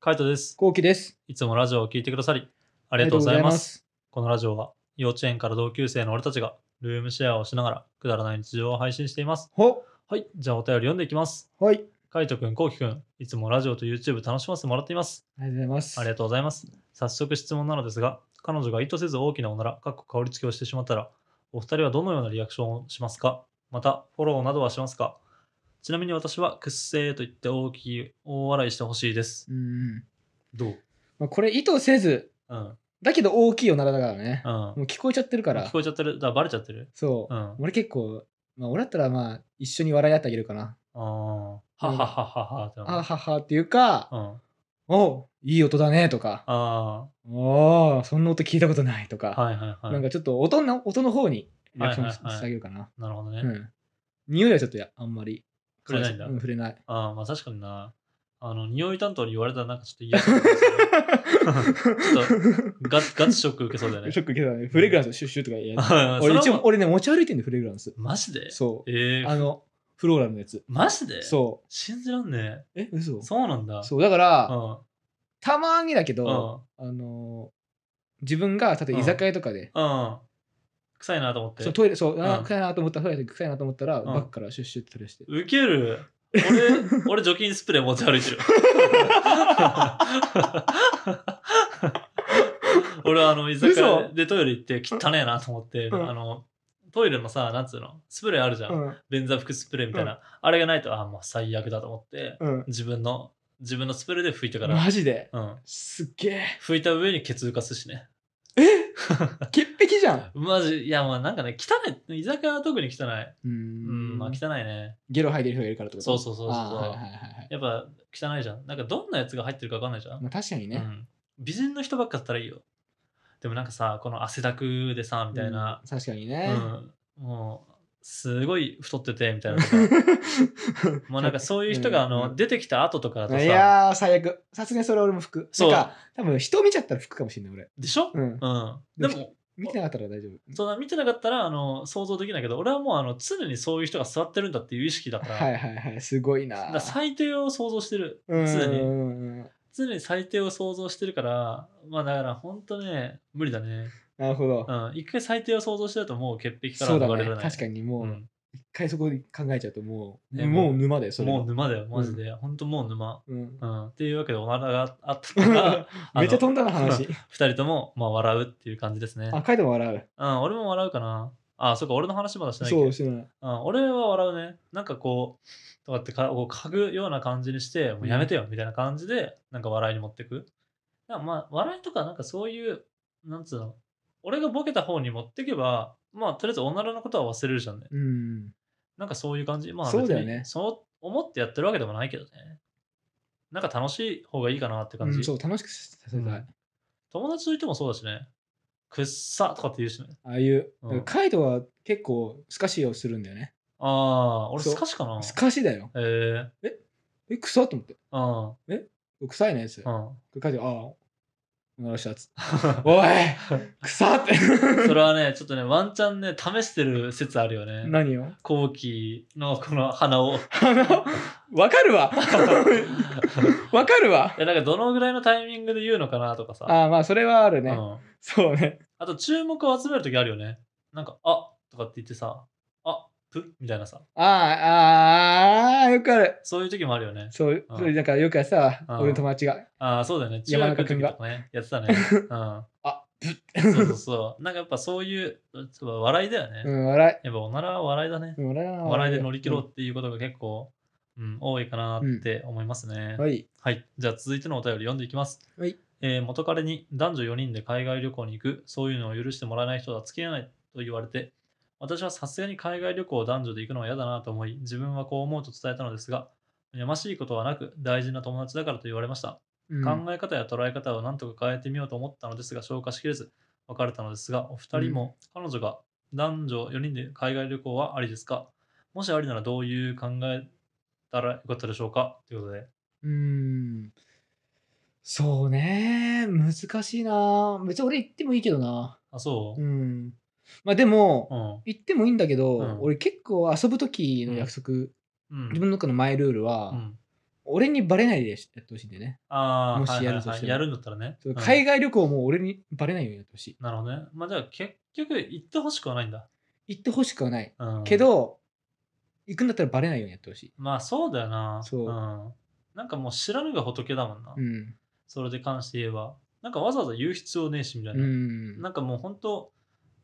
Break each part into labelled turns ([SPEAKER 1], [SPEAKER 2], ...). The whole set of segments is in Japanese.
[SPEAKER 1] カイトです。
[SPEAKER 2] こうきです。
[SPEAKER 1] いつもラジオを聞いてくださり、あ
[SPEAKER 2] あ
[SPEAKER 1] りがとうございます。
[SPEAKER 2] す。
[SPEAKER 1] このラジオは、幼稚園から同級生の俺たちが、ルームシェアをしながら、くだらない日常を配信しています。
[SPEAKER 2] ほ、
[SPEAKER 1] はい、じゃあお便り読んでいきます。
[SPEAKER 2] はい。あり
[SPEAKER 1] カイトくん、コウキくん、いつもラジオと YouTube 楽しませてもらっています。
[SPEAKER 2] がとうございます。
[SPEAKER 1] ありがとうございます。早速質問なのですが、彼女が意図せず大きなおなら、かっこ香り付けをしてしまったら、お二人はどのようなリアクションをしますかまた、フォローなどはしますかちなみに私は、くっせーと言って大きい、大笑いしてほしいです。
[SPEAKER 2] うんうん。
[SPEAKER 1] どう
[SPEAKER 2] まあ、これ意図せず、
[SPEAKER 1] うん。
[SPEAKER 2] だけど大きいおならだからね。
[SPEAKER 1] うん
[SPEAKER 2] も。う聞こえちゃってるから
[SPEAKER 1] 聞。こえちゃってる。だからバレちゃってる。
[SPEAKER 2] そうう。
[SPEAKER 1] ん。あ
[SPEAKER 2] 俺結構、まあ、俺だったらまあ、一緒に笑い合ってあげるかな。
[SPEAKER 1] あー。はははははってな
[SPEAKER 2] あ
[SPEAKER 1] る。
[SPEAKER 2] ははっていうか、
[SPEAKER 1] うん。
[SPEAKER 2] おいい音だねとか、
[SPEAKER 1] あ
[SPEAKER 2] おーそんな音聞いたことないとか、
[SPEAKER 1] あ。はいはいはい。
[SPEAKER 2] なんかちょっと音の音の方にリアクションし
[SPEAKER 1] はいはいはい
[SPEAKER 2] してあげるかな。
[SPEAKER 1] なるほどね。
[SPEAKER 2] うん。匂いはちょっとやあんまり。
[SPEAKER 1] 触れないんだ
[SPEAKER 2] うん、触 れない。
[SPEAKER 1] ああ、まあ確かにな。あの、匂い担当に言われたらなんかちょっと嫌そうだけどさガチガチショック受けそうだよね
[SPEAKER 2] シ。ョック受けたね。フレグランスシュッシュッとかやる。
[SPEAKER 1] ああそれ
[SPEAKER 2] 俺
[SPEAKER 1] は
[SPEAKER 2] 一
[SPEAKER 1] も
[SPEAKER 2] 応
[SPEAKER 1] う
[SPEAKER 2] 俺ね持ち歩いてんだよフレグランス
[SPEAKER 1] マジで
[SPEAKER 2] そ
[SPEAKER 1] ええ
[SPEAKER 2] うあのフローラルのやつ
[SPEAKER 1] マジでう。
[SPEAKER 2] そ
[SPEAKER 1] 信じらんね
[SPEAKER 2] うえ嘘
[SPEAKER 1] え。そうなんだ。
[SPEAKER 2] そうだから、
[SPEAKER 1] うん。
[SPEAKER 2] たまにだけ
[SPEAKER 1] う
[SPEAKER 2] ど、
[SPEAKER 1] ん。
[SPEAKER 2] あのー自分が例えば居酒屋とかで、
[SPEAKER 1] うん。臭いなと思っ
[SPEAKER 2] そう
[SPEAKER 1] て。
[SPEAKER 2] トイレそう、あ
[SPEAKER 1] う
[SPEAKER 2] ー
[SPEAKER 1] ん
[SPEAKER 2] 臭いなと思ったトイレで臭いなと思ったら、
[SPEAKER 1] ん
[SPEAKER 2] バックからシュッシュッて取り出して
[SPEAKER 1] ウケる。俺、 俺除菌スプレー持ち歩い てる。俺はあの居酒屋でトイレ行って汚ねえなと思って、
[SPEAKER 2] うん
[SPEAKER 1] あのトイレのさなんつうのスプレーあるじゃん、
[SPEAKER 2] うん
[SPEAKER 1] 便座拭くスプレーみたいな、あれがないとあもう最悪だと思って
[SPEAKER 2] うん
[SPEAKER 1] 自分の自分のスプレーで拭いたから、
[SPEAKER 2] マジで
[SPEAKER 1] うん、
[SPEAKER 2] すっげえ
[SPEAKER 1] 拭いた上にケツ浮かすしね
[SPEAKER 2] 潔癖じゃん
[SPEAKER 1] マジいやまあなんかね汚い居酒屋は特に汚い うん
[SPEAKER 2] うん
[SPEAKER 1] まあ汚いね
[SPEAKER 2] ゲロ吐いてる人がいるからってこと
[SPEAKER 1] そうそうそうそう
[SPEAKER 2] あーはいはいはいはい
[SPEAKER 1] やっぱ汚いじゃんなんかどんなやつが入ってるか分かんないじゃん
[SPEAKER 2] まあ、確かに
[SPEAKER 1] う
[SPEAKER 2] ね、
[SPEAKER 1] ん、美人の人ばっかだったらいいよでもなんかさこの汗だくでさみたいな
[SPEAKER 2] う、ん確かに
[SPEAKER 1] うん
[SPEAKER 2] ね、
[SPEAKER 1] もうすごい太っててみたいなと かもうなんかそういう人があの、
[SPEAKER 2] うんうん
[SPEAKER 1] 出てきた後とかだと
[SPEAKER 2] い
[SPEAKER 1] さ
[SPEAKER 2] やー最悪さすがにそれ俺も服
[SPEAKER 1] そう
[SPEAKER 2] なんか多分人見ちゃったら服かもしれない俺
[SPEAKER 1] でしょ、
[SPEAKER 2] うん
[SPEAKER 1] うん、でも
[SPEAKER 2] 見てなかったら大丈夫。
[SPEAKER 1] そうだ見てなかったらあの想像できないけど俺はもうあの常にそういう人が座ってるんだっていう意識だから,、
[SPEAKER 2] はいはいはい、すごいな。
[SPEAKER 1] だから最低を想像してる
[SPEAKER 2] うんうん
[SPEAKER 1] 常に
[SPEAKER 2] うんうん
[SPEAKER 1] 常に最低を想像してるからまあだから本当ね無理だね、
[SPEAKER 2] なるほど
[SPEAKER 1] う。ん、一回最低を想像してるともう潔癖か
[SPEAKER 2] そう
[SPEAKER 1] ら
[SPEAKER 2] だ
[SPEAKER 1] 逃れられ
[SPEAKER 2] ね
[SPEAKER 1] な。い
[SPEAKER 2] 確かに
[SPEAKER 1] う
[SPEAKER 2] もうん一回そこで考えちゃうともう、
[SPEAKER 1] ね
[SPEAKER 2] もう沼だよ、それは。
[SPEAKER 1] もう沼だよ、マジで。ほんともう沼。
[SPEAKER 2] うん
[SPEAKER 1] うん、っていうわけで、おならがあったから、あの
[SPEAKER 2] めっちゃ飛んだ な話。
[SPEAKER 1] 二人とも、まあ、笑うっていう感じですね。
[SPEAKER 2] あ、書いても笑
[SPEAKER 1] うん、俺も笑うかな。あ、そうか、俺の話まだして
[SPEAKER 2] う。
[SPEAKER 1] ないっけ
[SPEAKER 2] そう、してない。
[SPEAKER 1] うん、俺は笑うね。なんかこう、とかってか、こう、嗅ぐような感じにして、もうやめてよ、みたいな感じで、なんか笑いに持ってく。だからまあ、笑いとか、なんかそういう、なんつうの、俺がボケた方に持ってけば、まあ、とりあえずおならのことは忘れるじゃんね。
[SPEAKER 2] うん。
[SPEAKER 1] なんかそういう感じ。まあ、
[SPEAKER 2] そうだよ
[SPEAKER 1] 別に
[SPEAKER 2] ね
[SPEAKER 1] そう思ってやってるわけでもないけどね。なんか楽しい方がいいかなって感じ。
[SPEAKER 2] うんそう、楽しくさせ
[SPEAKER 1] うん
[SPEAKER 2] た
[SPEAKER 1] あ
[SPEAKER 2] い。
[SPEAKER 1] 友達といてもそうだしね。くっさとかって言うしね。
[SPEAKER 2] ああいう
[SPEAKER 1] うん。
[SPEAKER 2] だからカイトは結構、スカシをするんだよね。
[SPEAKER 1] ああ、俺
[SPEAKER 2] そう
[SPEAKER 1] スカシかな。
[SPEAKER 2] スカシだよ。
[SPEAKER 1] ええ
[SPEAKER 2] え、臭っと思って。
[SPEAKER 1] うん。
[SPEAKER 2] 臭いねやつ。
[SPEAKER 1] うん。
[SPEAKER 2] カイト、ああ、おならし たやつ。おい臭って。
[SPEAKER 1] それはね、ちょっとね、ワンチャンね、試してる説あるよね。
[SPEAKER 2] 何よ
[SPEAKER 1] 後期のこの鼻 を。
[SPEAKER 2] あの、わか るわ。わかるわ
[SPEAKER 1] い。やなんかどのぐらいのタイミングで言うのかなとかさ。
[SPEAKER 2] ああ、まあ、それはある
[SPEAKER 1] う
[SPEAKER 2] ね。
[SPEAKER 1] ん
[SPEAKER 2] そうね。
[SPEAKER 1] あと注目を集めるときあるよね。なんか、あとかって言ってさ、あぷみたいなさ。
[SPEAKER 2] ああ、ああ、よくある。
[SPEAKER 1] そういう時もあるよね。
[SPEAKER 2] そう、
[SPEAKER 1] うん
[SPEAKER 2] それなんかよくやさ、
[SPEAKER 1] うん
[SPEAKER 2] 俺の友達が、
[SPEAKER 1] ああ、そうだよね。中
[SPEAKER 2] 山
[SPEAKER 1] 学の
[SPEAKER 2] 中
[SPEAKER 1] 時
[SPEAKER 2] 君
[SPEAKER 1] と
[SPEAKER 2] が
[SPEAKER 1] かね、やってたね。 うん。
[SPEAKER 2] あ
[SPEAKER 1] そうそうそう。なんかやっぱそういう、そう笑いだよね。
[SPEAKER 2] うん、笑
[SPEAKER 1] やっぱおならは笑いだね
[SPEAKER 2] い。。うん笑いな
[SPEAKER 1] 笑いで乗り切ろうっていうことが結構、うん、多いかなって思いますね。
[SPEAKER 2] うんはい。
[SPEAKER 1] はい。じゃあ続いてのお便り読んでいきます。
[SPEAKER 2] はい
[SPEAKER 1] えー元彼に男女4人で海外旅行に行く、そういうのを許してもらえない人とは付き合えないと言われて、私はさすがに海外旅行を男女で行くのは嫌だなと思い、自分はこう思うと伝えたのですが、やましいことはなく、大事な友達だからと言われました。
[SPEAKER 2] うん
[SPEAKER 1] 考え方や捉え方を何とか変えてみようと思ったのですが、消化しきれず別れたのですが、お二人も彼女が男女4人で海外旅行はありですかもしありならどういう考えたらよかったでしょうかということで。
[SPEAKER 2] うん。そうね。難しいな。別に俺行ってもいいけどな。
[SPEAKER 1] あ、そうう、
[SPEAKER 2] ん。まあ、でも、
[SPEAKER 1] うん、
[SPEAKER 2] 行ってもいいんだけど、
[SPEAKER 1] うん
[SPEAKER 2] 俺結構遊ぶ時の約束、
[SPEAKER 1] うん。
[SPEAKER 2] 自分の中のマイルールは、
[SPEAKER 1] うん。
[SPEAKER 2] 俺にバレないでやってほしいんだよね。
[SPEAKER 1] ああ、
[SPEAKER 2] もしやる
[SPEAKER 1] はい
[SPEAKER 2] と
[SPEAKER 1] はいは
[SPEAKER 2] して
[SPEAKER 1] い、
[SPEAKER 2] も
[SPEAKER 1] やるんだったらね。
[SPEAKER 2] そう
[SPEAKER 1] うん
[SPEAKER 2] 海外旅行も俺にバレないようにやってほしい。
[SPEAKER 1] なるほどね。まあじゃあ結局行ってほしくはないんだ。
[SPEAKER 2] 行ってほしくはない。
[SPEAKER 1] うん、
[SPEAKER 2] けど、行くんだったらバレないようにやってほしい。
[SPEAKER 1] まあそうだよな。。
[SPEAKER 2] そうん
[SPEAKER 1] なんかもう知らぬが仏だもんな。
[SPEAKER 2] うん。
[SPEAKER 1] それで関して言えば。なんかわざわざ言う必要ねえしみたいうな。
[SPEAKER 2] ん。
[SPEAKER 1] なんかもう本当、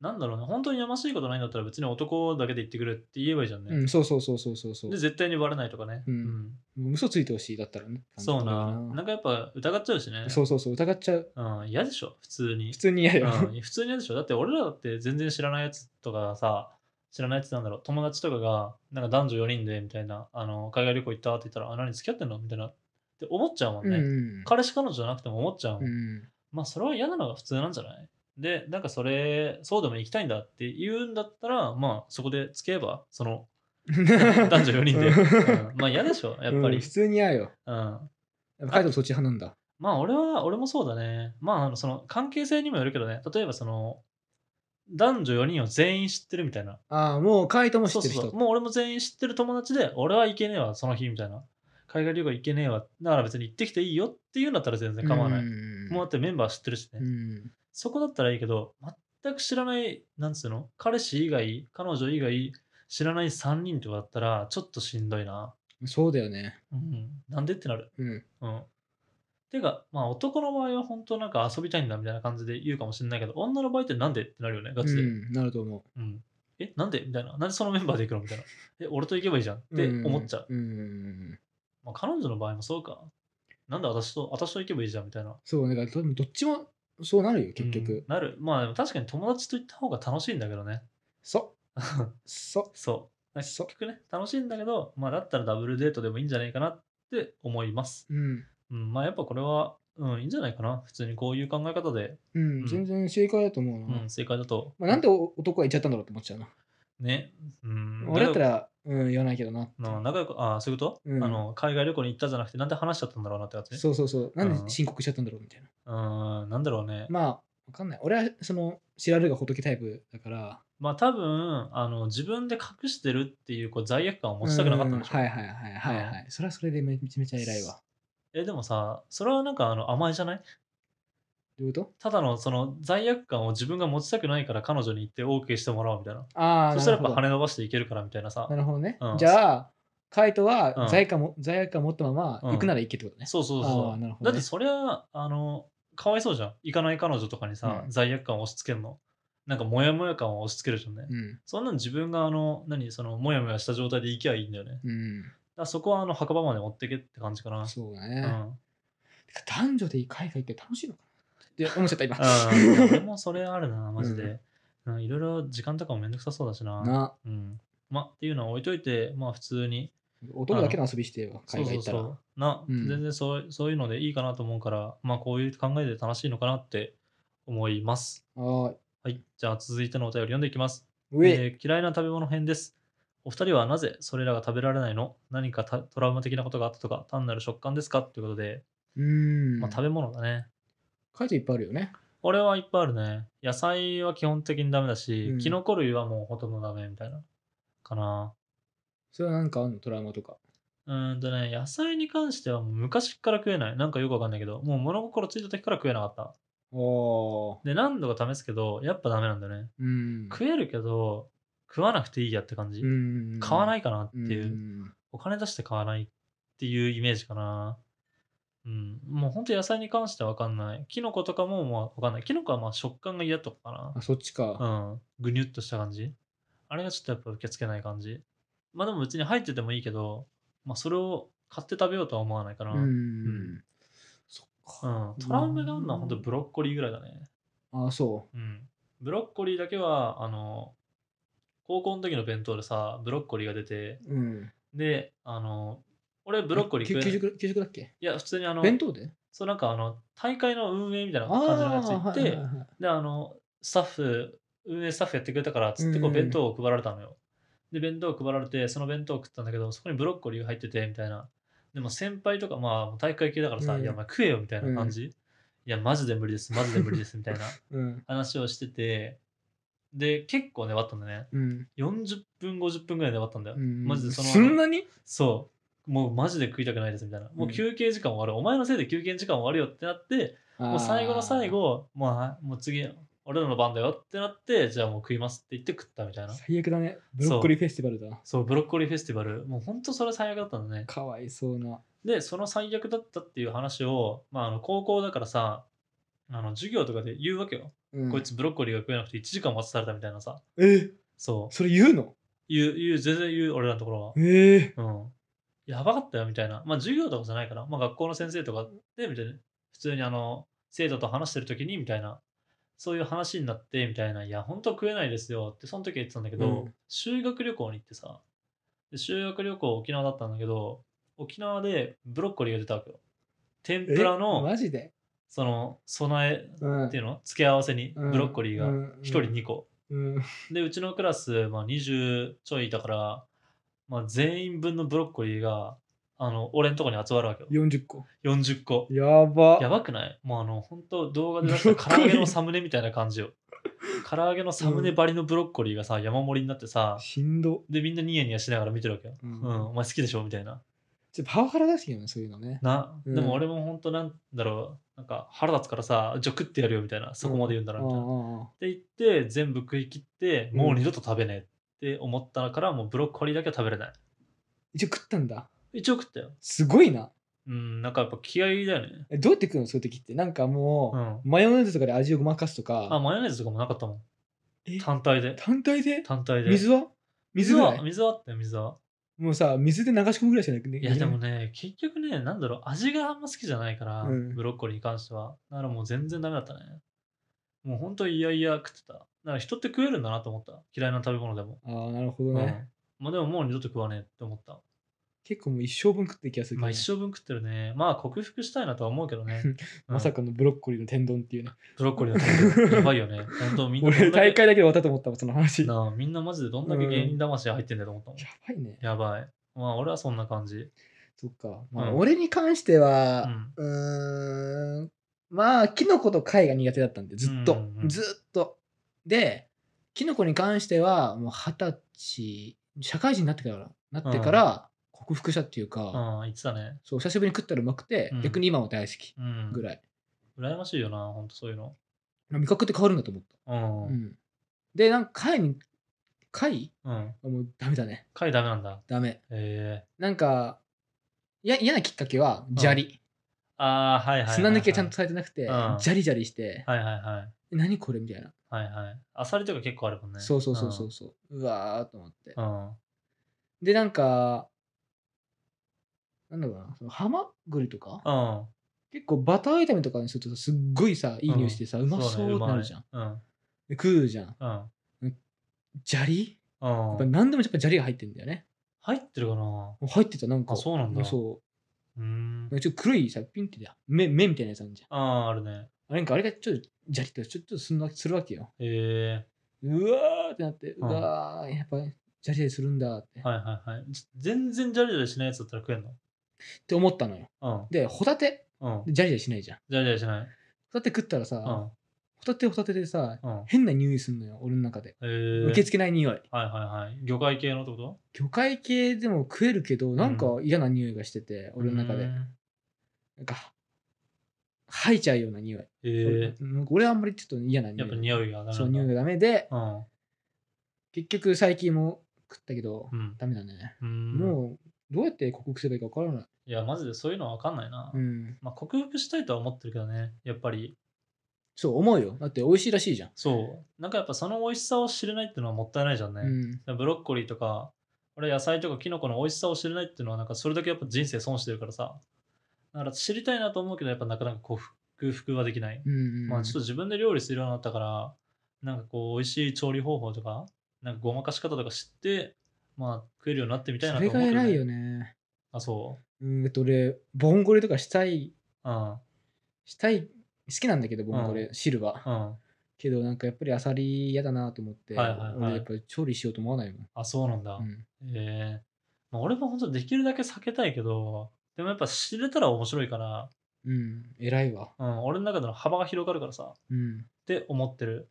[SPEAKER 1] なんだろうね。本当にやましいことないんだったら別に男だけで言ってくれって言えばいいじゃんね。
[SPEAKER 2] うん、そうそうそうそうそうそう
[SPEAKER 1] で、。絶対にバレないとかね。
[SPEAKER 2] うんもう嘘ついてほしいだったらね。
[SPEAKER 1] そう
[SPEAKER 2] 監
[SPEAKER 1] な。な
[SPEAKER 2] 督が
[SPEAKER 1] んかやっぱ疑っちゃうしね。
[SPEAKER 2] そうそうそう、疑っちゃう。
[SPEAKER 1] うん、嫌でしょ、普通に
[SPEAKER 2] 普。通に嫌だよ。
[SPEAKER 1] うん、普通に嫌でしょ。だって俺らだって全然知らないやつとかさ、知らないやつなんだろう、友達とかが、なんか男女4人でみたいな、あの海外旅行行ったって言ったら、あ、何付き合ってんのみたいなって思っちゃうもんね。
[SPEAKER 2] うん。
[SPEAKER 1] 彼氏彼女じゃなくても思っちゃうもん。
[SPEAKER 2] うん
[SPEAKER 1] まあそれは嫌なのが普通なんじゃないで、なんかそれ、そうでも行きたいんだって言うんだったら、まあそこで付き合えば、その男女4人で。 うんまあ嫌でしょ、やっぱ
[SPEAKER 2] う
[SPEAKER 1] り
[SPEAKER 2] ん普。通に嫌よ。
[SPEAKER 1] うん、
[SPEAKER 2] やっぱ海斗そっち派なんだ。
[SPEAKER 1] まあ俺は、俺もそうだね。まああのその関係性にもよるけどね、例えばその男女4人を全員知ってるみたいな。
[SPEAKER 2] ああ、もう海斗も知
[SPEAKER 1] そ
[SPEAKER 2] っ
[SPEAKER 1] う
[SPEAKER 2] てる
[SPEAKER 1] そう
[SPEAKER 2] 人。
[SPEAKER 1] そう。もう俺も全員知ってる友達で、俺は行けねえわ、その日みたいな。海外旅行行けねえわ、だから別に行ってきていいよっていうんだったら全然構わない。
[SPEAKER 2] うん
[SPEAKER 1] もうだってメンバー知ってるしね。
[SPEAKER 2] うん。
[SPEAKER 1] そこだったらいいけど、全く知らない、なんつうの彼氏以外、彼女以外、知らない3人とかだったら、ちょっとしんどいな。
[SPEAKER 2] そうだよね。
[SPEAKER 1] うん。なんでってなる。
[SPEAKER 2] うん。
[SPEAKER 1] うん。てか、まあ男の場合は本当なんか遊びたいんだみたいな感じで言うかもしれないけど、女の場合ってなんでってなるよね、ガ
[SPEAKER 2] う
[SPEAKER 1] チで。うん。
[SPEAKER 2] ん、なると思
[SPEAKER 1] え、なんでみたいな。なんでそのメンバーで行くのみたいな。え、俺と行けばいいじゃんっ
[SPEAKER 2] う。
[SPEAKER 1] て思っちゃう。
[SPEAKER 2] うんうんうん。
[SPEAKER 1] まあ彼女の場合もそうか。なんで私と、私と行けばいいじゃんみたいな。
[SPEAKER 2] そう、だからどどっちもそうなるよ、結
[SPEAKER 1] うん
[SPEAKER 2] 局。
[SPEAKER 1] なる。まあでも確かに友達と行った方が楽しいんだけどね。
[SPEAKER 2] そ、 そ、
[SPEAKER 1] そう。結
[SPEAKER 2] そう
[SPEAKER 1] 局ね、楽しいんだけど、まあだったらダブルデートでもいいんじゃないかなって思います。
[SPEAKER 2] うん。
[SPEAKER 1] うん、まあやっぱこれは、うん、いいんじゃないかな。普通にこういう考え方で、
[SPEAKER 2] うん、全然正解だと思う
[SPEAKER 1] う
[SPEAKER 2] な。
[SPEAKER 1] ん、正解だと。
[SPEAKER 2] まあ、なんでお男が言っちゃったんだろうって思っちゃうな。
[SPEAKER 1] ね。うん。
[SPEAKER 2] 俺だった
[SPEAKER 1] ら。
[SPEAKER 2] ら、うん、言わないけどな。
[SPEAKER 1] な仲良く、ああ、そういうこと、
[SPEAKER 2] うん
[SPEAKER 1] あの海外旅行に行ったじゃなくて、なんで話しちゃったんだろうなってやつね。
[SPEAKER 2] そうそうそう。なん
[SPEAKER 1] うん
[SPEAKER 2] で申告しちゃったんだろうみたいな。
[SPEAKER 1] うーん、なんだろうね。
[SPEAKER 2] まあ、わかんない。俺は、その、知られるが仏タイプだから。
[SPEAKER 1] まあ多分あの、自分で隠してるっていうこう罪悪感を持ちたくなかったんでしょ。
[SPEAKER 2] うんはいはいはいはいはい。それはそれでめめちゃめちゃ偉いわ。
[SPEAKER 1] え、でもさ、それはなんかあの甘えじゃない
[SPEAKER 2] どういうこと
[SPEAKER 1] ただのその罪悪感を自分が持ちたくないから彼女に行って OK してもらおうみたいな。
[SPEAKER 2] ああ、
[SPEAKER 1] そしたらやっぱ
[SPEAKER 2] な
[SPEAKER 1] 跳
[SPEAKER 2] る
[SPEAKER 1] ね伸ばしていけるからみたいなさ
[SPEAKER 2] ほど。なるほどね。
[SPEAKER 1] うん
[SPEAKER 2] じゃあ、カイト
[SPEAKER 1] う
[SPEAKER 2] は
[SPEAKER 1] ん
[SPEAKER 2] 罪悪感も、罪悪感持ったまま
[SPEAKER 1] うん
[SPEAKER 2] 行くなら行けってことね。
[SPEAKER 1] そうそう
[SPEAKER 2] あ
[SPEAKER 1] そ
[SPEAKER 2] あ
[SPEAKER 1] う。
[SPEAKER 2] なるほ
[SPEAKER 1] だ
[SPEAKER 2] どね
[SPEAKER 1] ってそりゃあのかわいそうじゃん。行かない彼女とかにさ、
[SPEAKER 2] うん
[SPEAKER 1] 罪悪感を押し付けるの。なんかモヤモヤ感を押し付けるじゃんね。
[SPEAKER 2] うん。
[SPEAKER 1] そんなの自分があの何そのモヤモヤした状態で行きゃいいんだよね。だか
[SPEAKER 2] う
[SPEAKER 1] らそこはあの墓場まで持ってけって感じかな。
[SPEAKER 2] ん。そうだね。
[SPEAKER 1] うん。
[SPEAKER 2] てか男女で海外行って楽しいのかなって思っちゃった今。
[SPEAKER 1] うんいや俺もそれあるな、マジで う
[SPEAKER 2] う。
[SPEAKER 1] んいろいろ時間とかもめんどくさ そうだしな。
[SPEAKER 2] な
[SPEAKER 1] うん。まあっていうのは置いといて、まあ普通に。
[SPEAKER 2] 男だけの遊びしてよ、海
[SPEAKER 1] そう
[SPEAKER 2] 外行った
[SPEAKER 1] そう
[SPEAKER 2] ら。
[SPEAKER 1] そう。な、
[SPEAKER 2] うん
[SPEAKER 1] 全然そうそういうのでいいかなと思うから、まあこういう考えで楽しいのかなって思います。
[SPEAKER 2] ああ、
[SPEAKER 1] はい。じゃあ続いてのお便り読んでいきます。
[SPEAKER 2] 上、
[SPEAKER 1] えー嫌いな食べ物編です。お二人はなぜそれらが食べられないの何かたトラウマ的なことがあったとか、単なる食感ですかということで、
[SPEAKER 2] うーん。
[SPEAKER 1] まあ、食べ物だね。
[SPEAKER 2] カイトいっぱいあるよね。
[SPEAKER 1] 俺はいっぱいあるね。野菜は基本的にダメだし、
[SPEAKER 2] うん
[SPEAKER 1] キノコ類はもうほとんどダメみたいな。かな。
[SPEAKER 2] それはなんかあんのトラウマとか。
[SPEAKER 1] うーんとね、野菜に関してはもう昔っから食えない。なんかよくわかんないけど、もう物心ついた時から食えなかった。
[SPEAKER 2] ああ。
[SPEAKER 1] で、何度か試すけど、やっぱダメなんだよね。
[SPEAKER 2] うん。
[SPEAKER 1] 食えるけど、食わなくていいやって感じ。
[SPEAKER 2] うん
[SPEAKER 1] 買わないいかなっていう。お金出して買わないっていうイメージかな。うん。もうほんと野菜に関してはわかんない。キノコとかももうわかんない。キノコはまあ食感が嫌とか
[SPEAKER 2] あ、そっち
[SPEAKER 1] かな
[SPEAKER 2] か。。
[SPEAKER 1] うん。ぐにゅっとした感じ。あれがちょっとやっぱ受け付けない感じ。まあでも別に入っててもいいけど、まあそれを買って食べようとは思わないかな。う
[SPEAKER 2] う
[SPEAKER 1] ん。
[SPEAKER 2] ん。そっか。
[SPEAKER 1] トラウマがあるのはほんとブロッコリーぐらいだね。
[SPEAKER 2] あ、そ
[SPEAKER 1] うん。ブロッコリーだけは、あの、高校の時の弁当でさ、ブロッコリーが出て、
[SPEAKER 2] う。うん。
[SPEAKER 1] で、あの、俺ブロッコリー
[SPEAKER 2] き
[SPEAKER 1] 食えな
[SPEAKER 2] 給
[SPEAKER 1] い。
[SPEAKER 2] 食給食だっけ
[SPEAKER 1] いや、普通にあの、
[SPEAKER 2] 弁当で
[SPEAKER 1] そうなんかあの大会の運営みたいな
[SPEAKER 2] あ
[SPEAKER 1] 感じのやつ
[SPEAKER 2] ー
[SPEAKER 1] 行って、
[SPEAKER 2] はいはいはい
[SPEAKER 1] であのスタッフ運営スタッフやってくれたからっつってこう
[SPEAKER 2] う
[SPEAKER 1] ん弁当を配られたのよ、で弁当を配られてその弁当を食ったんだけどそこにブロッコリーが入っててみたいなでも先輩とかまあ大会系だからさ、
[SPEAKER 2] うん
[SPEAKER 1] いやお前食えよみたいな感じ、いやマジで無理ですマジで無理ですみたいな
[SPEAKER 2] うん。
[SPEAKER 1] 話をしててで結構粘ったんだね
[SPEAKER 2] うん。
[SPEAKER 1] 40分50分ぐらい粘ったんだよ、
[SPEAKER 2] うん
[SPEAKER 1] マジでその
[SPEAKER 2] そんなに
[SPEAKER 1] そうもうマジで食いたくないですみたいな。もううん休憩時間終わる。お前のせいで休憩時間終わるよってなって、もう最後の最後、まあ、もう次、俺らの番だよってなって、じゃあもう食いますって言って食ったみたい
[SPEAKER 2] あー
[SPEAKER 1] な。
[SPEAKER 2] 最悪だねブロッコリーフェスティバルだ
[SPEAKER 1] そう、ブロッコリーフェスティバル。もう本当それ最悪だったんだね。
[SPEAKER 2] かわいそうな
[SPEAKER 1] で、その最悪だったっていう話を、まあ、あの高校だからさ、あの授業とかで言うわけよ。
[SPEAKER 2] うん
[SPEAKER 1] こいつブロッコリーが食えなくて1時間待たされたみたいなさ。
[SPEAKER 2] え
[SPEAKER 1] そう。
[SPEAKER 2] それ言うの
[SPEAKER 1] 言う、言う、全然言う、俺らのところは。
[SPEAKER 2] ええ
[SPEAKER 1] うん。やばかったよみたいな。まあ授業とかじゃないから、まあ学校の先生とかで、みたいな。普通にあの、生徒と話してる時に、みたいな。そういう話になって、みたいな。いや、ほんと食えないですよって、その時は言ってたんだけど、
[SPEAKER 2] うん
[SPEAKER 1] 修学旅行に行ってさ、で修学旅行沖縄だったんだけど、沖縄でブロッコリーが出たわけよ。天ぷら
[SPEAKER 2] え
[SPEAKER 1] の、
[SPEAKER 2] マジで
[SPEAKER 1] その、備え
[SPEAKER 2] うん
[SPEAKER 1] っていうの付け合わせに、
[SPEAKER 2] うん
[SPEAKER 1] ブロッコリーが
[SPEAKER 2] うん
[SPEAKER 1] 1人2個。
[SPEAKER 2] うん
[SPEAKER 1] で、うちのクラス、まあ、20ちょいいたから、まあ、全員分のブロッコリーが、あの、俺んとこに集まるわけよ。
[SPEAKER 2] 40個
[SPEAKER 1] 40個。
[SPEAKER 2] やば
[SPEAKER 1] やばくないもうあの、本当動画で出した唐揚げのサムネみたいな感じよ。唐揚げのサムネばりのブロッコリーがさ、山盛りになってさ、
[SPEAKER 2] しんど
[SPEAKER 1] で、みんなニヤニヤしながら見てるわけよ。
[SPEAKER 2] う
[SPEAKER 1] うんん、お前好きでしょみたいな。
[SPEAKER 2] ちょっとパワハラだしけどねそういうのね
[SPEAKER 1] な、
[SPEAKER 2] うん
[SPEAKER 1] でも俺も本当なんだろう、なんか腹立つからさ、じゃあ食ってやるよみたいな、そこまで言うんだ
[SPEAKER 2] あ
[SPEAKER 1] な
[SPEAKER 2] あ
[SPEAKER 1] みたいな。
[SPEAKER 2] あ
[SPEAKER 1] って言って全部食い切って
[SPEAKER 2] うん
[SPEAKER 1] もう二度と食べねえって思ったからもうブロッコリーだけは食べれない
[SPEAKER 2] 一応食ったんだ
[SPEAKER 1] 一応食ったよ
[SPEAKER 2] すごいな
[SPEAKER 1] うんなんかやっぱ気合いだよね
[SPEAKER 2] えどうやって食うのそういう時ってなんか
[SPEAKER 1] う
[SPEAKER 2] も
[SPEAKER 1] ん
[SPEAKER 2] うマヨネーズとかで味をごまかすと
[SPEAKER 1] あ
[SPEAKER 2] か
[SPEAKER 1] マヨネーズとかもなかったもん
[SPEAKER 2] え
[SPEAKER 1] 単体で
[SPEAKER 2] 単体で
[SPEAKER 1] 単体で
[SPEAKER 2] 水は
[SPEAKER 1] 水
[SPEAKER 2] 水ぐら
[SPEAKER 1] はい水はあったよ水は
[SPEAKER 2] もうさ水で流し込むぐらいしかなくね
[SPEAKER 1] いやでもね結局ねなんだろう味があんま好きじゃないから、
[SPEAKER 2] うん
[SPEAKER 1] ブロッコリーに関してはだからもう全然ダメだったねもうほんといやいや食ってただから人って食えるんだなと思った嫌いな食べ物でも、
[SPEAKER 2] ああなるほど
[SPEAKER 1] うん
[SPEAKER 2] ね
[SPEAKER 1] まあ、でももう二度と食わねえって思った
[SPEAKER 2] 結構もう一生分食ってる気がするけど
[SPEAKER 1] まあ
[SPEAKER 2] ね。
[SPEAKER 1] 一生分食ってるね。まあ克服したいなとは思うけどね
[SPEAKER 2] まさ
[SPEAKER 1] か。
[SPEAKER 2] かのブロッコリーの天丼っていうね
[SPEAKER 1] ブロッコリーの天ぷらやばいよね。本当みんなど
[SPEAKER 2] 俺
[SPEAKER 1] んだけ
[SPEAKER 2] 大会だけで終わったと思ったわその話や
[SPEAKER 1] なあみんなマジでどんだけ芸人魂入ってんだと思ったもん。
[SPEAKER 2] ばいね
[SPEAKER 1] やばい。まあ俺はそんな感じ。
[SPEAKER 2] そっか、まあ
[SPEAKER 1] うん
[SPEAKER 2] 俺に関して
[SPEAKER 1] う
[SPEAKER 2] は、
[SPEAKER 1] ん。
[SPEAKER 2] うーんまあキノコと貝が苦手だったんでずっと、
[SPEAKER 1] うんうん
[SPEAKER 2] ずっとでキノコに関してはもう二十歳社会人になってからなってから克服したっていうか、
[SPEAKER 1] うん、言ってたね。
[SPEAKER 2] そう久しぶりに食ったらうまくて、
[SPEAKER 1] うん
[SPEAKER 2] 逆に今も大好き
[SPEAKER 1] うん。
[SPEAKER 2] ぐらい、
[SPEAKER 1] 羨ましいよな、本当そういうの。
[SPEAKER 2] 味覚って変わるんだと思っ
[SPEAKER 1] う
[SPEAKER 2] た、
[SPEAKER 1] ん。
[SPEAKER 2] う
[SPEAKER 1] うん。
[SPEAKER 2] んでなんか貝に貝あもうダメだね
[SPEAKER 1] 貝ダメなんだ。
[SPEAKER 2] ダメ
[SPEAKER 1] ええ
[SPEAKER 2] なんかいや嫌なきっかけは砂利、
[SPEAKER 1] ああ、はいはいはい、はい。
[SPEAKER 2] 砂抜きがちゃんと。されてなくて、
[SPEAKER 1] うん
[SPEAKER 2] ジャリジャリして、
[SPEAKER 1] はいはいはい。
[SPEAKER 2] 何これみたいな、
[SPEAKER 1] はいはい。アサリとか結構あるもんね。
[SPEAKER 2] そうそうそうそうそう、うわーと思って、
[SPEAKER 1] うん。うん。
[SPEAKER 2] でなんかなんだろうなそのハマグリとか、
[SPEAKER 1] うん。
[SPEAKER 2] 結構バター炒めとかにするとさすっごいさいい匂いしてさ、うまそうってなるじゃん、
[SPEAKER 1] ん。うん。
[SPEAKER 2] で食うじゃん
[SPEAKER 1] うん。
[SPEAKER 2] 砂利やっ
[SPEAKER 1] う
[SPEAKER 2] ぱ
[SPEAKER 1] ん。
[SPEAKER 2] 何でもやっぱ砂利が入ってんだよね
[SPEAKER 1] 入ってるかな
[SPEAKER 2] もう入ってたなんか
[SPEAKER 1] あそうなんだ
[SPEAKER 2] そう
[SPEAKER 1] ーん
[SPEAKER 2] う。ちょっと黒いさピンってや目目みたいなやつあるじゃん
[SPEAKER 1] ああ、あるね。
[SPEAKER 2] あれなんかあれがちょっと砂利ってちょっとすんなするわけよ
[SPEAKER 1] え
[SPEAKER 2] うわーってなって、うんわーやっぱ砂利でするんだって、
[SPEAKER 1] えはいはいはい。じ全然ジャリジャリしないやつだったら食えんの
[SPEAKER 2] って思ったのよ。で、ホタテ、
[SPEAKER 1] うん。うん。
[SPEAKER 2] ジャリジャリしないじゃん。
[SPEAKER 1] ジャリジャリしない。
[SPEAKER 2] ホタテ食ったらさ、
[SPEAKER 1] うん。
[SPEAKER 2] ホタテホタテでさ、
[SPEAKER 1] うん。
[SPEAKER 2] 変な匂いすんのよ、俺の中で。
[SPEAKER 1] えー、
[SPEAKER 2] 受け付けない匂い。
[SPEAKER 1] はいはいはい。魚介系のってこと
[SPEAKER 2] 魚介系でも食えるけど、なんか嫌な匂いがしてて、俺の中
[SPEAKER 1] うー
[SPEAKER 2] で。
[SPEAKER 1] ん
[SPEAKER 2] なんか、吐いちゃうような匂い。
[SPEAKER 1] え
[SPEAKER 2] 俺なんか俺はあんまりちょっと嫌な
[SPEAKER 1] ー、や
[SPEAKER 2] 匂
[SPEAKER 1] っ
[SPEAKER 2] い。
[SPEAKER 1] ぱ匂いがダメなんだ
[SPEAKER 2] そう、匂いがダメで、
[SPEAKER 1] うん。う
[SPEAKER 2] 結局最近も食ったけど、
[SPEAKER 1] ん。
[SPEAKER 2] ダメだね。
[SPEAKER 1] うーん
[SPEAKER 2] もう、どうやって克服すればいいか分からない。
[SPEAKER 1] いや、マジでそういうのは分かんないな。
[SPEAKER 2] うん。
[SPEAKER 1] まあ、克服したいとは思ってるけどね、やっぱり。
[SPEAKER 2] そう、思うよ。だって美味しいらしいじゃん。
[SPEAKER 1] そう。なんかやっぱその美味しさを知れないっていうのはもったいないじゃんね。
[SPEAKER 2] うん。
[SPEAKER 1] ブロッコリーとか、俺野菜とかキノコの美味しさを知れないっていうのは、なんかそれだけやっぱ人生損してるからさ。だから知りたいなと思うけど、やっぱなかなか克服はできない。
[SPEAKER 2] うん。
[SPEAKER 1] まあちょっと自分で料理するようになったから、なんかこう、美味しい調理方法とか、なんかごまかし方とか知って、まあ食えるようになってみたいな
[SPEAKER 2] そ
[SPEAKER 1] と
[SPEAKER 2] れ
[SPEAKER 1] 思う
[SPEAKER 2] が
[SPEAKER 1] けど、
[SPEAKER 2] 偉いよ
[SPEAKER 1] ね。
[SPEAKER 2] ね。
[SPEAKER 1] あ、そ
[SPEAKER 2] うん、えっと俺、ボンゴレとかしたい、
[SPEAKER 1] う。うん。
[SPEAKER 2] したい、好きなんだけど、ボンゴレ、汁は。
[SPEAKER 1] うん。
[SPEAKER 2] けど、なんかやっぱりアサリ嫌だなと思って、
[SPEAKER 1] はいはいはい
[SPEAKER 2] 俺やっぱり調理しようと思わないもん。
[SPEAKER 1] あ、そうなんだ。
[SPEAKER 2] うん
[SPEAKER 1] ええまあ、俺も本当できるだけ避けたいけど、でもやっぱ知れたら面白いから、
[SPEAKER 2] うん、偉いわ。
[SPEAKER 1] うん、俺の中での幅が広がるからさ、っ
[SPEAKER 2] うん、
[SPEAKER 1] て思ってる。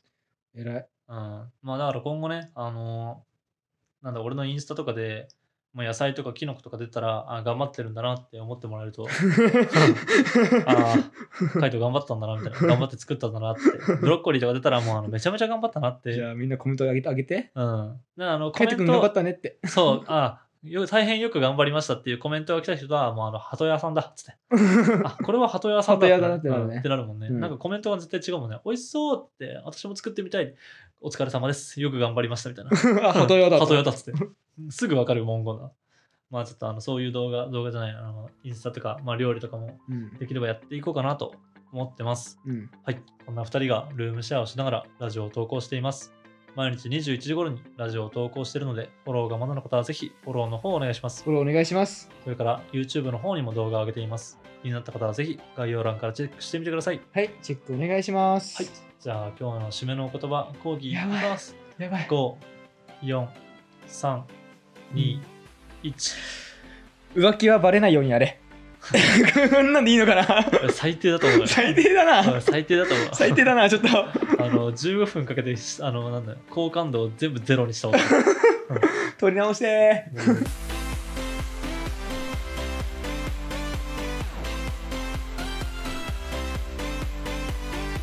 [SPEAKER 2] 偉い。
[SPEAKER 1] うん。まあだから今後ね、あのーなんだ、俺のインスタとかで、まあ、野菜とかキノコとか出たらあ頑張ってるんだなって思ってもらえるとあ あカイト頑張ったんだなみたいな頑張って作ったんだなってブロッコリーとか出たらもうあのめちゃめちゃ頑張ったなって
[SPEAKER 2] じゃあみんなコメントあげてあげて。
[SPEAKER 1] うん、だからあのコ
[SPEAKER 2] カイ
[SPEAKER 1] メ
[SPEAKER 2] ト
[SPEAKER 1] ン
[SPEAKER 2] 君頑張っ
[SPEAKER 1] ト
[SPEAKER 2] たねって。
[SPEAKER 1] そうあよ大変よく頑張りましたっていうコメントが来た人はもうあの鳩屋さんだっつってあこれは鳩屋さんだ
[SPEAKER 2] 鳩屋だなってなるね
[SPEAKER 1] うんってなるもんね、
[SPEAKER 2] うん
[SPEAKER 1] なんかコメントが絶対違うもんね美味しそうって私も作ってみたいお疲れ様ですよく頑張りましたみたいな
[SPEAKER 2] あ、鳩屋だと。
[SPEAKER 1] 鳩屋だっつって。 すぐわかる文言だ。まあちょっとあのそういう動画、動画じゃない、あのインスタとか、まあ料理とかも
[SPEAKER 2] うん。
[SPEAKER 1] できればやっていこうかなと思ってます。
[SPEAKER 2] うん。
[SPEAKER 1] はい。こんな2人がルームシェアをしながらラジオを投稿しています。毎日21時頃にラジオを投稿しているので、フォローがまだの方はぜひフォローの方をお願いします。
[SPEAKER 2] これお願いします。
[SPEAKER 1] それから YouTube の方にも動画を上げています。気になった方はぜひ概要欄からチェックしてみてください。
[SPEAKER 2] はい、チェックお願いします。
[SPEAKER 1] はい。じゃあ今日の締めのお言葉、講義いき
[SPEAKER 2] やばい
[SPEAKER 1] ます。
[SPEAKER 2] やばい。
[SPEAKER 1] 5、4、3、2、1。
[SPEAKER 2] 浮気はバレないようにやれ。 こんなんでいい のかな
[SPEAKER 1] 最低だと思うよ
[SPEAKER 2] 最低だ
[SPEAKER 1] うん
[SPEAKER 2] な。
[SPEAKER 1] 最低だと思う
[SPEAKER 2] 最低だな、ちょっと。
[SPEAKER 1] あの15分かけてあのなんだよ好感度を全部ゼロにした方がいい
[SPEAKER 2] 取り直して。
[SPEAKER 1] うん